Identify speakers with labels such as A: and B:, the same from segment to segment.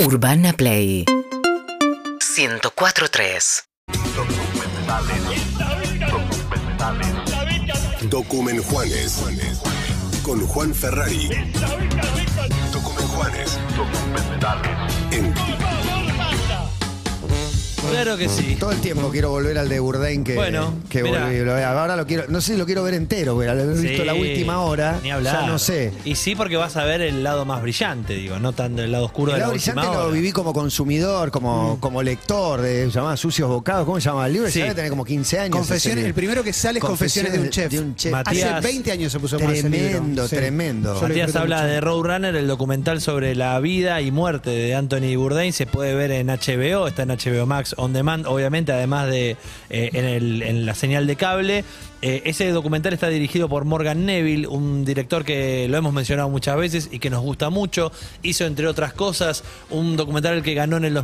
A: Urbana Play 104.3
B: Documen Juanes. Con Juan Ferrari. Documen Juanes. En
C: Claro que sí.
D: Todo el tiempo quiero volver al de Burdain que,
C: Bueno,
D: que
C: mirá.
D: volví, lo veo. Ahora lo quiero, no sé si lo quiero ver entero, pero al haber visto
C: Sí,
D: la última hora,
C: Ni hablar.
D: ya no sé.
C: Y sí, porque vas a ver el lado más brillante, digo, no tanto el lado oscuro
D: El
C: de la
D: lado
C: última
D: brillante lo
C: hora. Mm.
D: viví como consumidor, como, como lector, de, se llamaba Sucios Bocados, ¿cómo se llama el libro?
C: Sí.
D: Ya debe tener como 15 años.
E: Confesiones,
D: ese
E: el
D: libro.
E: primero que sale es Confesiones de un chef.
D: de un chef.
C: Matías-
E: Hace 20 años se puso más el libro.
D: Tremendo,
E: Sí.
D: tremendo.
E: Yo lo
C: Matías
E: disfruto
C: habla
E: mucho.
C: de Roadrunner, el documental sobre la vida y muerte de Anthony Bourdain. Se puede ver en HBO, está en HBO Max On Demand, obviamente, además de eh, en, el- en la señal de cable. Eh, ese documental está dirigido por Morgan Neville, un director que lo hemos mencionado muchas veces y que nos gusta mucho. Hizo, entre otras cosas, un documental que ganó en el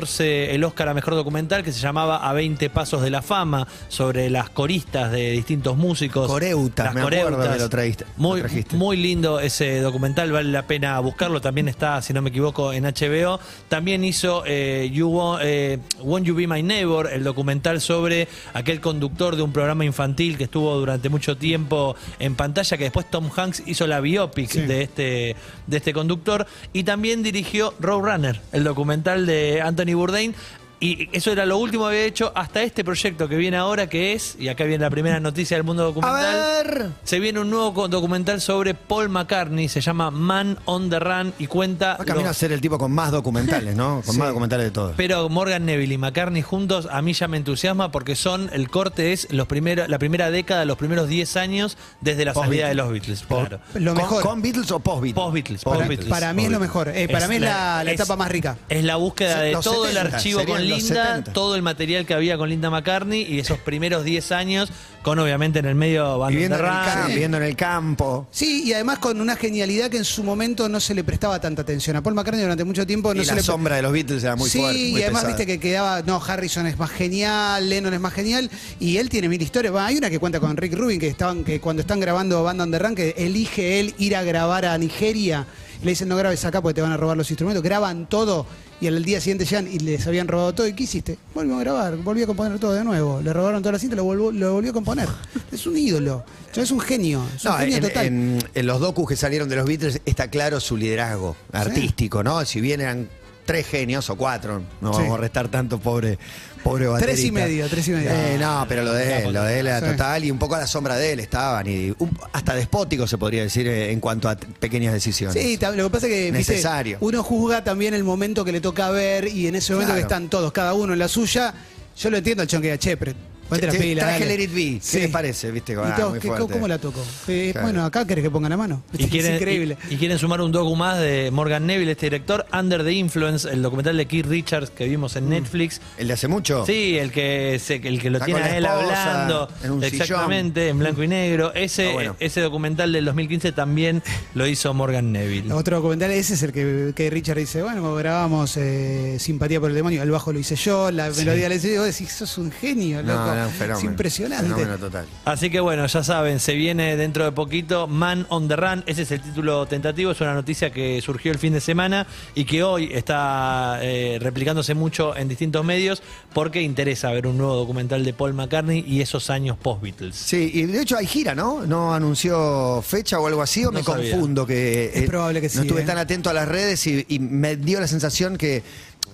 C: 2014 el Oscar a Mejor Documental que se llamaba A 20 Pasos de la Fama, sobre las coristas de distintos músicos.
D: Coreutas,
C: Las
D: me acuerdo que
C: coreutas.
D: lo traíste- lo
C: Muy,
D: trajiste.
C: muy lindo ese documental, vale la pena buscarlo. También está, si no me equivoco, en HBO. También hizo eh, you Won't, eh, Won't You Be My Neighbor, el documental sobre aquel conductor de un programa infantil que estuvo durante mucho tiempo en pantalla, que después Tom Hanks hizo la biopic de, este, de este conductor. Y también dirigió Roadrunner, el documental de Anthony Bourdain. Y eso era lo último que había hecho hasta este proyecto que viene ahora, que es, y acá viene la primera noticia del mundo
D: A
C: documental.
D: ver.
C: Se viene un nuevo co- documental sobre Paul McCartney, se llama Man on the Run y cuenta...
E: Ah,
D: Va camino
C: los-
D: a ser el tipo con más documentales, ¿no? Con más documentales de todos.
C: pero Morgan Neville y McCartney juntos a mí ya me entusiasma porque son, el corte es los primero, la primera década, los primeros 10 años desde la salida de los Beatles. Claro.
E: Lo
D: ¿Con-
E: mejor.
D: ¿Con, Beatles o post Beatles?
C: Post-Beatles,
E: para,
C: post-Beatles.
E: para mí es lo mejor. Eh, para mí es la, la
C: es-
E: etapa más rica.
C: Es la búsqueda de
D: Los
C: todo el
D: 70,
C: archivo con
D: serían los
C: Linda,
D: 70.
C: todo el material que había con Linda McCartney y esos primeros 10 años con obviamente en el medio Van
D: Viviendo
C: on
D: en,
C: the
D: el
C: Run.
D: campo, viviendo en el campo.
E: Sí, y además con una genialidad que en su momento no se le prestaba tanta atención. A Paul McCartney durante mucho tiempo no
D: y
E: se
D: la
E: le
D: sombra de los Beatles era muy
E: sí,
D: fuerte. muy
E: y además
D: pesada.
E: viste que quedaba, no, Harrison es más genial, Lennon es más genial, y él tiene mil historias. Va, hay una que cuenta con Rick Rubin, que estaban, que cuando están grabando Band on the Run, que elige él ir a grabar a Nigeria, le dicen no grabes acá porque te van a robar los instrumentos, graban todo, y al día siguiente llegan y les habían robado todo, ¿y qué hiciste? Volvimos a grabar, volví a componer todo de nuevo, le robaron toda la cinta, lo, volvo- lo volvió a componer. Es un ídolo, O sea, es un genio, es un
D: No,
E: genio
D: en,
E: total.
D: en- en los docus que salieron de los Beatles está claro su liderazgo artístico, ¿no? Si bien eran tres genios o cuatro, no
E: Sí.
D: vamos a restar tanto, pobre, pobre baterista.
E: Tres y medio, tres y medio.
D: Eh, no, pero lo de él, lo de él era
E: Sí.
D: total y un poco a la sombra de él estaban y un- hasta despótico se podría decir eh, en cuanto a t- pequeñas decisiones.
E: Sí, tam- lo que pasa es que viste,
D: Ah, Necesario.
E: uno juzga también el momento que le toca ver y en ese momento
D: Claro.
E: que están todos, cada uno en la suya. Yo lo entiendo al chon que era, che, pero ponte la
D: Che,
E: pila.
D: traje
E: dale".
D: el Let It Be. ¿Qué les parece? Viste,
E: Y
D: ah,
E: todos,
D: muy
E: ¿qué-
D: fuerte.
E: ¿Cómo la toco? Eh,
D: Claro.
E: Bueno, acá querés que ponga la mano.
D: Pues
C: Y quieren,
E: es increíble.
C: Y, y quieren sumar un docu más de Morgan Neville, este director, Under the Influence, el documental de Keith Richards que vimos
D: Mm.
C: en Netflix.
D: ¿El de hace mucho?
C: Sí, el que se- el que lo
D: Está
C: tiene
D: con
C: a
D: la
C: él
D: esposa,
C: hablando.
D: en un sillón.
C: exactamente, en blanco y negro. Ese,
D: Ah, bueno.
C: ese documental del 2015 también lo hizo Morgan Neville.
E: Otro documental, ese es el que, que Richard dice, bueno, grabamos eh, Simpatía por el Demonio, el bajo lo hice yo, la melodía la hice yo, y vos decís, sos un genio,
D: No,
E: loco.
D: no, un fenómeno.
E: es impresionante.
D: Fenómeno total.
C: Así que bueno, ya saben, se viene dentro de poquito Man on the Run, ese es el título tentativo, es una noticia que surgió el fin de semana y que hoy está eh, replicándose mucho en distintos medios porque interesa ver un nuevo documental de Paul McCartney y esos años post-Beatles.
D: Sí, y de hecho hay gira, ¿no? No anunció fecha o algo así, o
C: No
D: me
C: sabía.
D: confundo que...
E: Es probable que sí,
D: No estuve
E: ¿eh?
D: tan atento a las redes y, y me dio la sensación que...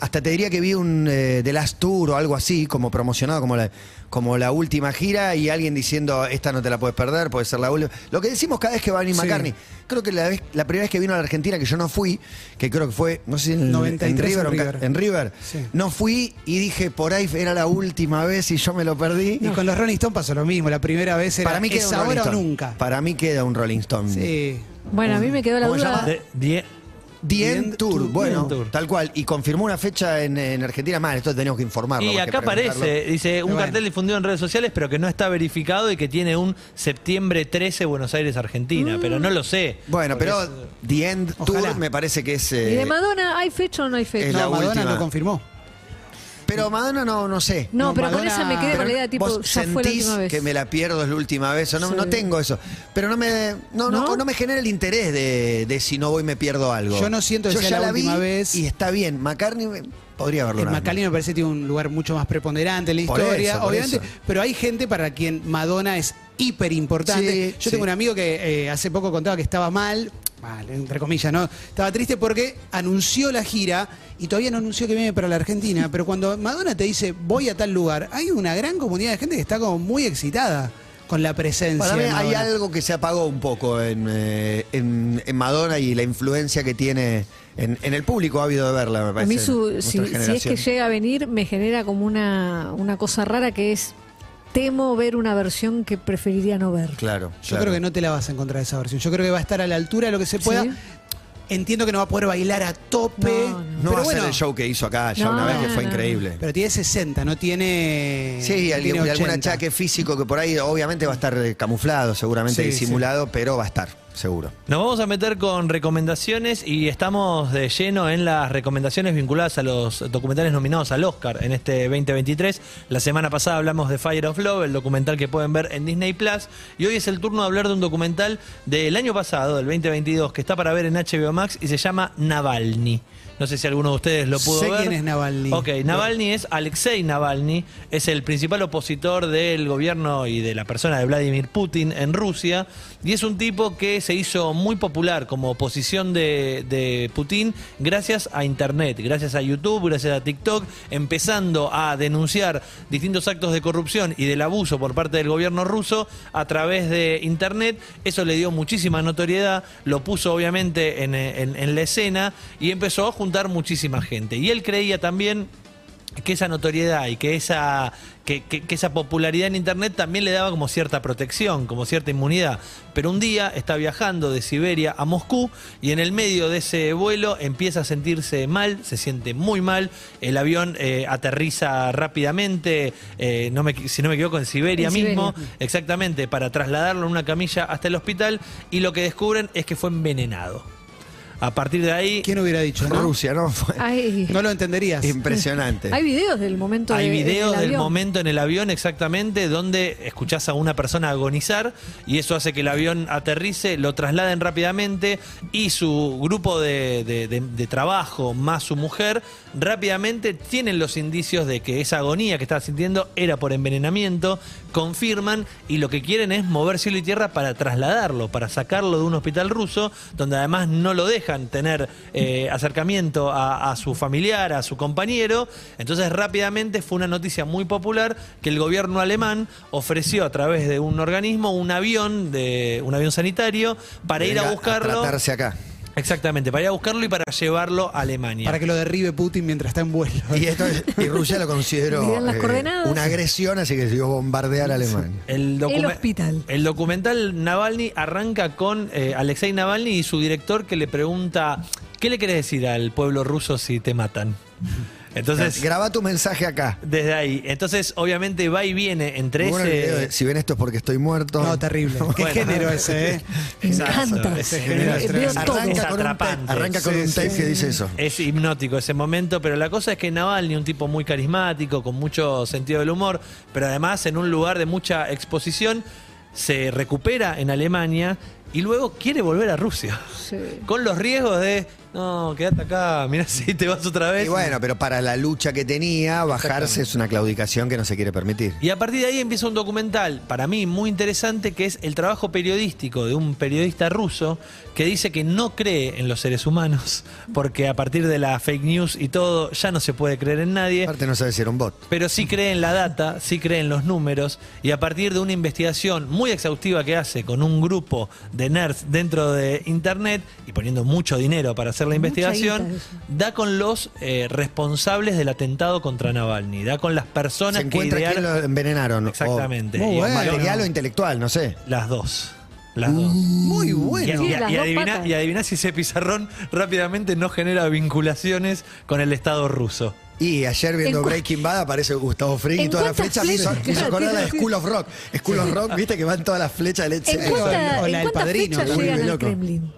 D: Hasta te diría que vi un eh, The Last Tour o algo así, como promocionado, como la, como la última gira, y alguien diciendo, esta no te la puedes perder, puede ser la última. Lo que decimos cada vez que va a venir
E: Sí.
D: McCartney. Creo que la, vez- la primera vez que vino a la Argentina, que yo no fui, que creo que fue, no sé si en, en
E: 93 en
D: River, o en Ca-
E: River.
D: en River.
E: Sí.
D: no fui y dije, por ahí era la última vez y yo me lo perdí.
E: Y con los Rolling Stones pasó lo mismo, la primera vez era,
D: Para mí queda
E: es
D: un Rolling
E: ahora o
D: Stone.
E: nunca.
D: Para mí queda un Rolling Stone.
E: Sí.
F: Bueno, a mí me quedó la
D: ¿Cómo se
F: duda.
C: De- die-
D: The End Tour, bueno,
C: The End Tour.
D: tal cual. Y confirmó una fecha en, en Argentina. Mal, esto tenemos que informarlo.
C: Y
D: más que
C: acá
D: Ah, preguntarlo.
C: aparece, dice, un
E: Bueno.
C: cartel difundido en redes sociales pero que no está verificado y que tiene un septiembre 13 Buenos Aires, Argentina,
F: Mm.
C: pero no lo sé.
D: Bueno, pero The End
E: Ojalá.
D: Tour me parece que es. eh,
F: ¿Y de Madonna hay fecha o no hay fecha?
D: es
E: No,
D: la
E: Madonna
D: última.
E: lo confirmó.
D: Pero Madonna no, no sé.
A: No,
E: No,
A: pero
E: Madonna-
A: con esa me quedé con la idea de tipo,
D: ¿Vos
A: ya fue la
D: sentís
A: última vez.
D: que me la pierdo es la última vez? O no,
A: Sí.
D: no tengo eso. Pero no me, no, no,
A: ¿No?
D: no me genera el interés de, de si no voy me pierdo algo.
E: Yo no siento que sea la última vez.
D: Y está bien. McCartney me- podría haberlo.
E: El
D: ganado.
E: Macalino me parece que tiene un lugar mucho más preponderante en la
D: Por
E: historia,
D: eso, por
E: obviamente.
D: eso.
E: Pero hay gente para quien Madonna es hiper importante.
D: Sí,
E: Yo
D: sí.
E: tengo un amigo que eh, hace poco contaba que estaba mal, mal, entre comillas, ¿no? Estaba triste porque anunció la gira y todavía no anunció que viene para la Argentina. Pero cuando Madonna te dice voy a tal lugar, hay una gran comunidad de gente que está como muy excitada con la presencia.
D: Para mí
E: de
D: hay
E: Madonna.
D: algo que se apagó un poco en, eh, en- en Madonna y la influencia que tiene en, en el público ávido de verla, me
A: A
D: parece.
A: mí su,
D: nuestra
A: si, si es que
D: generación.
A: llega a venir me genera como una, una cosa rara que es temo ver una versión que preferiría no ver.
D: Claro,
E: Yo creo que no te la vas a encontrar esa versión. Yo creo que va a estar a la altura de lo que se
A: Sí.
E: pueda. Entiendo que no va a poder bailar a tope.
A: No, no.
D: No
E: pero
D: va a ser
E: bueno,
D: el show que hizo acá ya
A: No,
D: una vez que fue
A: no, no.
D: increíble.
E: Pero tiene 60, no tiene.
D: Sí,
E: no
D: algún-
E: tiene
D: algún
E: 80.
D: achaque físico que por ahí obviamente va a estar eh, camuflado, seguramente
E: Sí,
D: disimulado, pero va a estar, seguro.
C: Nos vamos a meter con recomendaciones y estamos de lleno en las recomendaciones vinculadas a los documentales nominados al Oscar en este 2023. La semana pasada hablamos de Fire of Love, el documental que pueden ver en Disney Plus. Y hoy es el turno de hablar de un documental del año pasado, del 2022, que está para ver en HBO Max y se llama Navalny. No sé si alguno de ustedes lo pudo
E: Sé
C: ver.
E: quién es Navalny.
C: Ok, Navalny es Alexei Navalny, es el principal opositor del gobierno y de la persona de Vladimir Putin en Rusia, y es un tipo que se hizo muy popular como oposición de, de Putin gracias a Internet, gracias a YouTube, gracias a TikTok, empezando a denunciar distintos actos de corrupción y del abuso por parte del gobierno ruso a través de Internet. Eso le dio muchísima notoriedad, lo puso obviamente en, en- en la escena y empezó a juntar muchísima gente. Y él creía también que esa notoriedad y que esa, que, que- que esa popularidad en Internet también le daba como cierta protección, como cierta inmunidad. Pero un día está viajando de Siberia a Moscú y en el medio de ese vuelo empieza a sentirse mal, se siente muy mal, el avión eh, aterriza rápidamente, eh, no me equi- si no me equivoco, en Siberia
A: En Siberia.
C: mismo, exactamente, para trasladarlo en una camilla hasta el hospital y lo que descubren es que fue envenenado. A partir de ahí...
E: ¿Quién hubiera dicho? No,
D: Rusia, ¿no? este, Fue
A: Hay,
E: no lo entenderías.
D: impresionante.
A: hay videos del momento
C: Hay
A: de-
C: videos del
A: avión.
C: momento en el avión, exactamente, donde escuchás a una persona agonizar y eso hace que el avión aterrice, lo trasladen rápidamente y su grupo de, de- de- de trabajo más su mujer rápidamente tienen los indicios de que esa agonía que estaba sintiendo era por envenenamiento, confirman y lo que quieren es mover cielo y tierra para trasladarlo, para sacarlo de un hospital ruso, donde además no lo dejan tener eh, acercamiento a, a su familiar, a su compañero. Entonces rápidamente fue una noticia muy popular que el gobierno alemán ofreció a través de un organismo un avión, de, un avión sanitario, para ir
D: Venga,
C: a buscarlo.
D: tratarse acá.
C: exactamente, para ir a buscarlo y para llevarlo a Alemania.
E: Para que lo derribe Putin mientras está en vuelo.
D: Y, esto, y Rusia lo consideró eh,
A: Miren las coordenadas.
D: una agresión, así que decidió bombardear a Alemania.
C: El, documen-
A: El hospital.
C: el documental Navalny arranca con eh, Alexei Navalny y su director que le pregunta, ¿qué le querés decir al pueblo ruso si te matan? Entonces,
D: Graba tu mensaje acá.
C: desde ahí. Entonces, obviamente va y viene entre
D: Muy bueno el video
C: ese...
D: de, si ven esto es porque estoy muerto.
E: No, terrible. Qué
C: Bueno.
E: género ese, ¿eh?
A: Me
C: Exacto,
A: encanta.
C: ese
E: género
A: Eh,
E: es
A: veo
E: tremendo.
A: todo.
D: arranca con un tape,
C: atrapante.
D: arranca con
E: Sí,
D: un
E: sí.
D: tape que dice eso.
C: Es hipnótico ese momento, pero la cosa es que Navalny, un tipo muy carismático, con mucho sentido del humor, pero además en un lugar de mucha exposición, se recupera en Alemania y luego quiere volver a Rusia.
A: Sí.
C: Con los riesgos de, no, quédate acá, mirá si te vas otra vez.
D: Y bueno, pero para la lucha que tenía, bajarse es una claudicación que no se quiere permitir.
C: Y a partir de ahí empieza un documental, para mí muy interesante, que es el trabajo periodístico de un periodista ruso que dice que no cree en los seres humanos, porque a partir de la fake news y todo ya no se puede creer en nadie.
D: Aparte no sabe si era un bot.
C: pero sí cree en la data, sí cree en los números y a partir de una investigación muy exhaustiva que hace con un grupo de nerds dentro de Internet y poniendo mucho dinero para hacer la
A: Mucha
C: investigación,
A: guita eso.
C: da con los eh, responsables del atentado contra Navalny, da con las personas
D: Se
C: que
D: encuentra
C: idearon
D: quién lo envenenaron. o
C: exactamente
E: Muy
C: Y-
E: bueno.
D: material o intelectual, no sé.
C: las dos, las dos.
E: Muy
C: Y,
E: bueno.
A: Uh, Sí,
C: y-
A: las
C: y
A: dos
C: adivina,
A: patas.
C: y adivina si ese pizarrón rápidamente no genera vinculaciones con el Estado ruso.
D: Y ayer viendo
A: ¿En cu-
D: Breaking Bad aparece Gustavo Fring y
A: ¿En
D: todas las
A: cuántas
D: flechas me hizo,
A: flechas?
D: me hizo acordar a
A: Claro,
D: School of Rock. School of Rock, viste que van todas las flechas de leche.
A: ¿En
E: Sí, o el-
A: cuánta-
E: o la
A: en
E: del
A: cuántas
E: padrino,
A: fechas
D: muy
A: llegan al
D: loco.
A: Kremlin?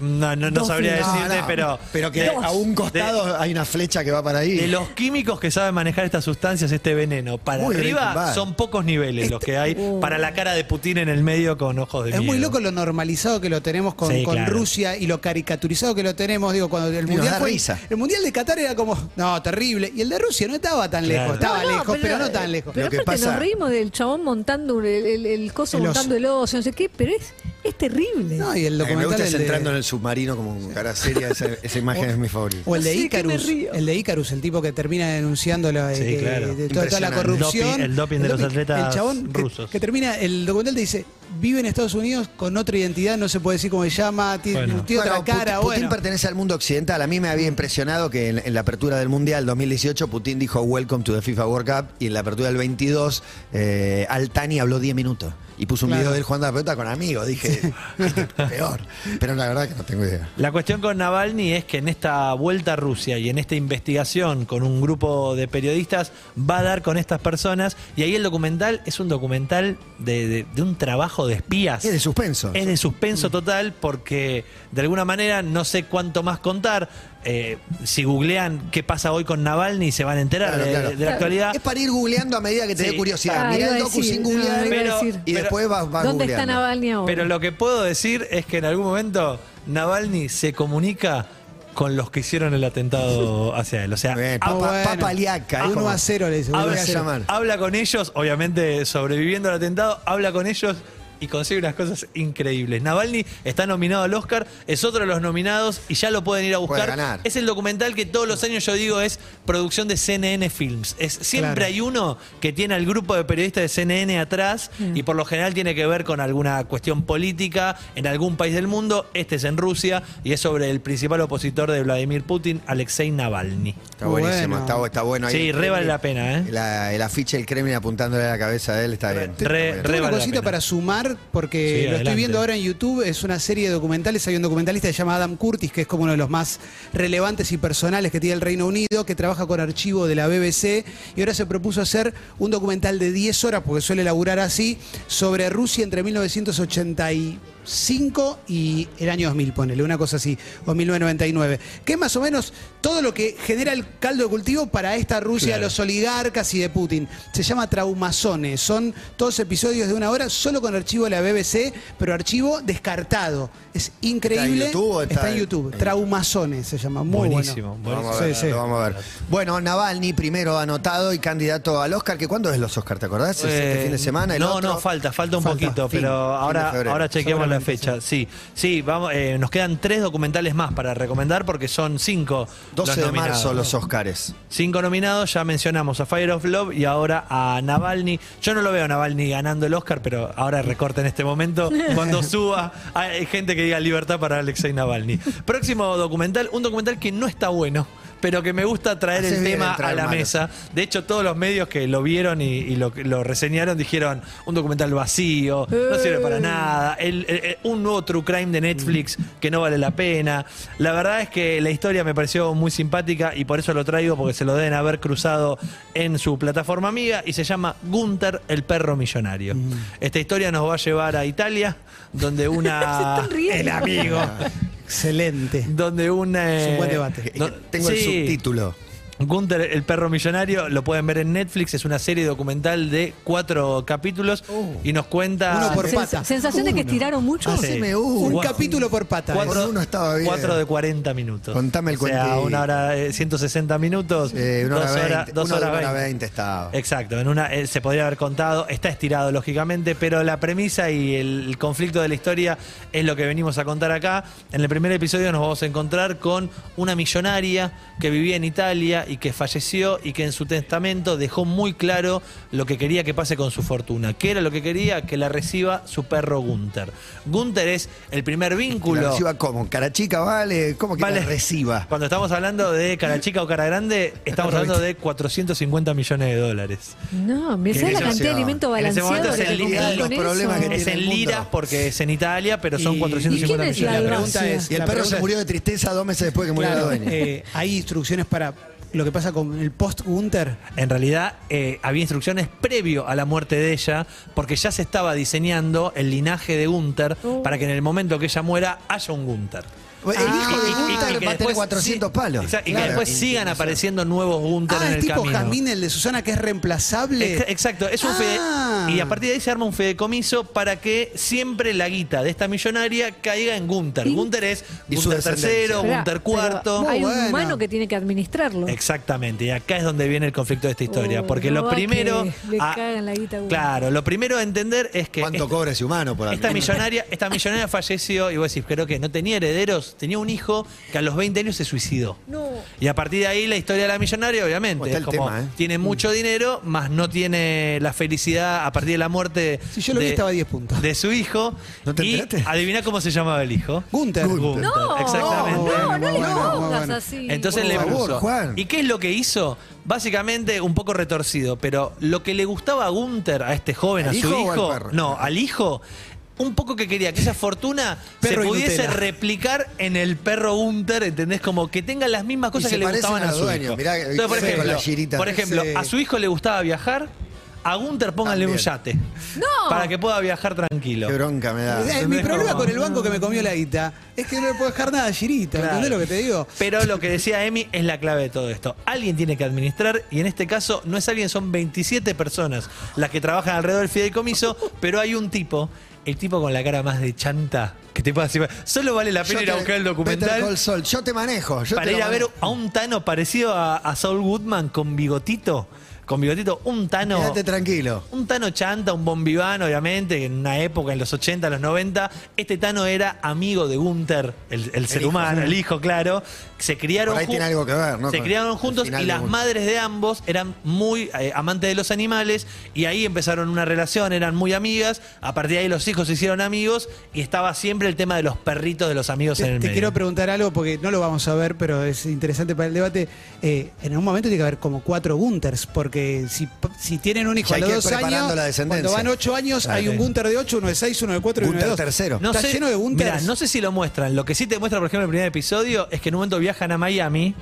C: no, no, no
A: Dos
C: sabría
A: finales.
C: decirte,
D: no,
C: pero.
D: pero que
C: de-
D: a un costado hay una flecha que va para ahí.
C: De los químicos que saben manejar estas sustancias, este veneno, para
D: Muy Este- Breaking
C: arriba
D: Bad.
C: son pocos niveles los que hay
D: Uh.
C: para la cara de Putin en el medio con ojos de
E: Es muy
C: miedo.
E: loco lo normalizado que lo tenemos con,
C: Sí,
E: con
C: claro.
E: Rusia y lo caricaturizado que lo tenemos. Digo, cuando el
D: nos
E: mundial
D: da
E: fue-
D: risa.
E: el mundial de Qatar era como, no, terrible. Y el de Rusia no estaba tan
C: Claro.
E: lejos, estaba
A: No, no,
E: lejos, pero, no tan lejos.
A: Pero
D: Lo que
A: aparte
D: pasa-
A: nos reímos del chabón montando un- el, el- el coso,
E: El oso.
A: montando el oso, no sé qué, pero es, es terrible.
E: No, y el
D: Lo que Eh, me
E: documental
D: gusta
E: el
D: es
E: de-
D: entrando en el submarino como cara seria. Esa, esa imagen es mi favorita.
E: O el de
A: Sí, que me
E: Icarus,
A: río.
E: el de Icarus, el tipo que termina denunciando la,
C: Sí,
E: eh,
C: claro.
E: de toda, toda la
D: Impresionante.
E: corrupción.
C: Doping- el doping de los atletas
E: que-
C: rusos.
E: Que, termina, el documental te dice, vive en Estados Unidos con otra identidad, no se puede decir cómo se llama, ti- tiene,
C: Bueno.
E: otra
D: Bueno,
E: cara.
D: Putin,
E: bueno.
D: Putin pertenece al mundo occidental. A mí me había impresionado que en, en la apertura del Mundial 2018 Putin dijo Welcome to the FIFA World Cup y en la apertura del 22 eh, Altani habló 10 minutos y puso un
E: Claro.
D: video de él jugando a la pelota con amigos. Dije, "Este peor. Pero la verdad que no tengo idea.
C: La cuestión con Navalny es que en esta vuelta a Rusia y en esta investigación con un grupo de periodistas va a dar con estas personas y ahí el documental es un documental de, de- de un trabajo de espías.
D: Es de suspenso. Mm.
C: Es de suspenso total porque de alguna manera no sé cuánto más contar. Eh, si googlean qué pasa hoy con Navalny se van a enterar
D: Claro,
C: de,
D: claro.
C: de la actualidad.
D: Es para ir googleando a medida que te
C: Sí.
D: dé curiosidad.
A: Ah,
D: Mirá
A: iba
D: el
A: a
D: docu
A: decir,
D: sin
A: no,
D: googlear
A: iba a
C: Pero-
A: decir.
D: y
C: pero-
D: después vas, vas
A: ¿Dónde
D: googleando.
A: está Navalny ahora?
C: Pero lo que puedo decir es que en algún momento Navalny se comunica con los que hicieron el atentado hacia él. O sea,
D: Muy bien,
E: Ah,
D: papa,
E: bueno.
D: papa liaca, es
E: 1
D: como-
E: a 0 le dice.
D: Ah,
E: uno
D: voy
E: a
D: a
E: cero.
D: llamar.
C: habla con ellos, obviamente sobreviviendo al atentado, habla con ellos y consigue unas cosas increíbles. Navalny está nominado al Oscar, es otro de los nominados y ya lo pueden ir a buscar.
D: Puede ganar.
C: Es el documental que todos los años yo digo es producción de CNN Films. Es, siempre
E: Claro.
C: hay uno que tiene al grupo de periodistas de CNN atrás y por lo general tiene que ver con alguna cuestión política en algún país del mundo. Este es en Rusia y es sobre el principal opositor de Vladimir Putin, Alexei Navalny.
D: Está buenísimo,
E: Bueno.
D: está, bu- está bueno. ahí.
C: Sí, re vale la pena, ¿eh?
D: La- el afiche del Kremlin apuntándole a la cabeza de él está bien.
C: re-
D: Está bien.
C: re-
E: Tengo una
C: vale la
E: cosita
C: pena.
E: para sumar, porque
C: Sí,
E: lo
C: adelante.
E: estoy viendo ahora en YouTube, es una serie de documentales, hay un documentalista que se llama Adam Curtis, que es como uno de los más relevantes y personales que tiene el Reino Unido, que trabaja con archivo de la BBC, y ahora se propuso hacer un documental de 10 horas, porque suele laburar así, sobre Rusia entre 1985 y el año 2000, ponele, una cosa así, o 1999, que es más o menos todo lo que genera el caldo de cultivo para esta Rusia de
C: Claro.
E: los oligarcas y de Putin. Se llama Traumazone. Son todos episodios de una hora solo con archivo de la BBC, pero archivo descartado. Es
D: ¿Está
E: increíble.
D: en YouTube o está
E: en
D: en-
E: YouTube.
D: en-
E: Traumazone se llama. Muy
C: Buenísimo, buenísimo.
E: bueno.
D: Vamos a ver,
E: Sí, sí.
D: lo vamos a ver. Bueno, Navalny primero anotado y candidato al Oscar, que ¿cuándo es los Oscar? ¿Te acordás? ¿Es este
C: Eh,
D: fin de semana? ¿El
C: no,
D: otro?
C: no, falta, falta un
E: Falta,
C: poquito,
D: fin,
C: pero
D: fin de
C: ahora,
D: febrero.
C: ahora chequeamos la
E: Seguramente,
C: fecha. Sí, sí, vamos, eh, nos quedan tres documentales más para recomendar porque son cinco. los
D: 12 de marzo
C: nominados.
D: los Oscars.
C: Cinco nominados, ya mencionamos a Fire of Love y ahora a Navalny. Yo no lo veo a Navalny ganando el Oscar, pero ahora recorta en este momento. Cuando suba, hay gente que diga libertad para Alexei Navalny. Próximo documental, un documental que no está bueno, pero que me gusta traer
D: Haces
C: el
D: bien en
C: tema a
D: traer
C: la
D: malos.
C: mesa. De hecho, todos los medios que lo vieron y, y lo, lo reseñaron dijeron un documental vacío, no sirve para nada, el- el- el- un nuevo true crime de Netflix que no vale la pena. La verdad es que la historia me pareció muy simpática y por eso lo traigo porque se lo deben haber cruzado en su plataforma amiga y se llama Gunther el perro millonario.
A: Mm.
C: Esta historia nos va a llevar a Italia donde una
A: están riendo.
C: el amigo
E: Excelente.
C: donde una
E: Es un buen debate.
C: do-
D: Eh, Tengo el
C: Eh, Sí.
D: subtítulo.
C: Gunther, el perro millonario, lo pueden ver en Netflix, es una serie documental de cuatro capítulos
D: Oh.
C: y nos cuenta...
E: Uno por
A: Sens-
E: pata. Uh,
A: ¿Sensación de que
D: Uno.
A: estiraron mucho?
C: Ah, sí.
D: Haceme
E: Un
D: uno.
C: Guau.
E: capítulo por pata.
C: Cuatro,
D: Con uno estaba bien.
C: cuatro de 40 minutos.
D: Contame el
C: O sea,
D: cuentito.
C: una hora, eh, 160 minutos,
D: Eh, una hora
C: dos, horas-
D: 20,
C: dos
D: uno de
C: horas
D: una hora
C: 20.
D: 20 estaba.
C: Exacto, en una eh, se podría haber contado, está estirado lógicamente, pero la premisa y el, conflicto de la historia es lo que venimos a contar acá. En el primer episodio nos vamos a encontrar con una millonaria que vivía en Italia y que falleció y que en su testamento dejó muy claro lo que quería que pase con su fortuna. ¿Qué era lo que quería? Que la reciba su perro Gunther. Gunther es el primer
D: Que la
C: vínculo.
D: reciba como, carachica, vale, ¿cómo que la
C: Vale.
D: reciba?
C: Cuando estamos hablando de cara chica o cara grande, estamos hablando de 450 millones de dólares.
A: No, me sabes la
D: Ese-
A: cantidad de alimento
C: en ese
A: balanceado
C: momento
A: que
C: es
A: te
C: el líder
A: comprás
C: de los
A: con
D: problemas
A: eso?
D: que
C: Es
D: tiene el
C: en
D: mundo.
C: liras porque es en Italia, pero son
E: ¿Y-
A: ¿Y
C: 450
A: quién es
C: millones de
A: la
E: La
C: dólares.
E: pregunta es...
D: Y el
E: la
D: perro
E: pregunta
D: se
E: es-
D: murió de tristeza dos meses después que murió
E: Claro,
D: la dueña.
E: eh, hay instrucciones para lo que pasa con el post-Gunter.
C: En realidad eh, había instrucciones previo a la muerte de ella, porque ya se
A: Uh.
C: estaba diseñando el linaje de Gunther para que en el momento que ella muera haya un Gunther.
A: Ah.
D: El hijo de
C: ah, Y- y- y
D: Gunther
C: que
D: va a tener
C: después
D: 400
C: sí,
D: palos.
C: exacto, y que
D: Claro.
C: después sigan apareciendo nuevos Gunter
E: Ah,
C: en
E: es
C: el
E: tipo
C: camino.
E: Jazmín, el de Susana, que es reemplazable.
C: Ex- Exacto, es un fede-
E: Ah.
C: Y a partir de ahí se arma un fedecomiso para que siempre la guita de esta millonaria caiga en Gunter. Gunter es
D: Y su
C: Gunter tercero,
D: descendencia.
A: Esperá,
C: Gunter
A: pero
C: cuarto.
E: Muy
A: Hay
E: bueno.
A: un humano que tiene que administrarlo.
C: Exactamente, y acá es donde viene el conflicto de esta historia.
A: Uy,
C: porque
A: no
C: lo
A: va
C: primero.
A: que le cagan la guita a uno.
C: claro, lo primero a entender es que.
D: ¿Cuánto
C: esta-
D: cobra ese humano por
C: Esta
D: algo?
C: millonaria, esta millonaria falleció y vos decís, creo que no tenía herederos, tenía un hijo que a los 20 años se suicidó.
A: No.
C: Y a partir de ahí la historia de la millonaria, obviamente, es
D: Está el
C: como
D: tema, ¿eh?
C: tiene mucho dinero, más no tiene la felicidad a partir de la muerte
E: Si yo lo
C: de,
E: vi, estaba a 10 puntos.
C: de su hijo.
D: ¿No te
C: y
D: enteraste?
C: adivina cómo se llamaba el hijo.
E: Gunther.
C: Gunther,
A: No,
C: Exactamente.
A: no, no,
E: Bueno,
A: le
E: bueno,
A: pongas
E: bueno, bueno.
A: así.
C: Entonces
D: Por
C: le
D: favor,
C: puso.
D: Juan.
C: ¿Y qué es lo que hizo? Básicamente un poco retorcido, pero lo que le gustaba a Gunther, a este joven,
D: ¿Al
C: a su
D: hijo o al
C: hijo,
D: perro?
C: no, al hijo, un poco que quería que esa fortuna
E: Perro
C: se
E: y
C: pudiese
E: Nutella.
C: replicar en el perro Gunther, ¿entendés? Como que tenga las mismas cosas
D: se
C: que le
D: parecen
C: gustaban
D: a
C: a,
D: los
C: su
D: dueños,
C: hijo.
D: mirá,
C: Entonces, por
D: con
C: ejemplo,
D: la girita.
C: por ejemplo,
E: Sí.
C: a su hijo le gustaba viajar, a Gunther pónganle un
D: También.
C: yate. Para que pueda viajar tranquilo.
D: Qué bronca me da.
E: Eh, mi problema con el banco que me comió la guita es que no le puedo dejar nada, Girita.
C: Claro.
E: ¿Entendés lo que te digo?
C: Pero lo que decía Emi es la clave de todo esto. Alguien tiene que administrar y en este caso no es alguien, son 27 personas las que trabajan alrededor del fideicomiso, pero hay un tipo, el tipo con la cara más de chanta que te pueda decir, solo vale la
D: Yo
C: pena ir a
D: te-
C: buscar el
D: Better Call
C: documental
D: Saul, Yo te manejo. yo
C: para
D: te lo
C: ir a ver
D: manejo.
C: a un Tano parecido a, a Saul Goodman con bigotito, con bigotito, un Tano...
D: Quédate tranquilo.
C: Un Tano chanta, un bombiván, obviamente, que en una época, en los 80, los 90, este Tano era amigo de Gunther, el, el ser
D: hijo.
C: humano, el hijo, claro. Se criaron
D: Por ahí
C: ju-
D: tiene algo que ver, ¿no?
C: Se
D: Con-
C: criaron
D: al
C: juntos
D: final
C: y
D: de
C: las
D: Gunther.
C: madres de ambos eran muy eh, amantes de los animales y ahí empezaron una relación, eran muy amigas. A partir de ahí los hijos se hicieron amigos y estaba siempre el tema de los perritos de los amigos en
E: Te,
C: el
E: te
C: medio.
E: quiero preguntar algo porque no lo vamos a ver, pero es interesante para el debate. Eh, en algún momento tiene que haber como cuatro Gunters, porque si, si tienen un hijo
D: Ya
E: a
D: hay
E: los
D: que ir
E: dos
D: preparando
E: años,
D: la descendencia.
E: cuando van ocho años,
C: Claro.
E: hay un Gunter de ocho, uno de seis, uno de cuatro y uno de
D: Gunther
E: dos.
D: tercero.
E: Está lleno de Gunters.
C: Mirá, no sé si lo muestran. Lo que sí te muestra, por ejemplo, en el primer episodio es que en un momento viajan a Miami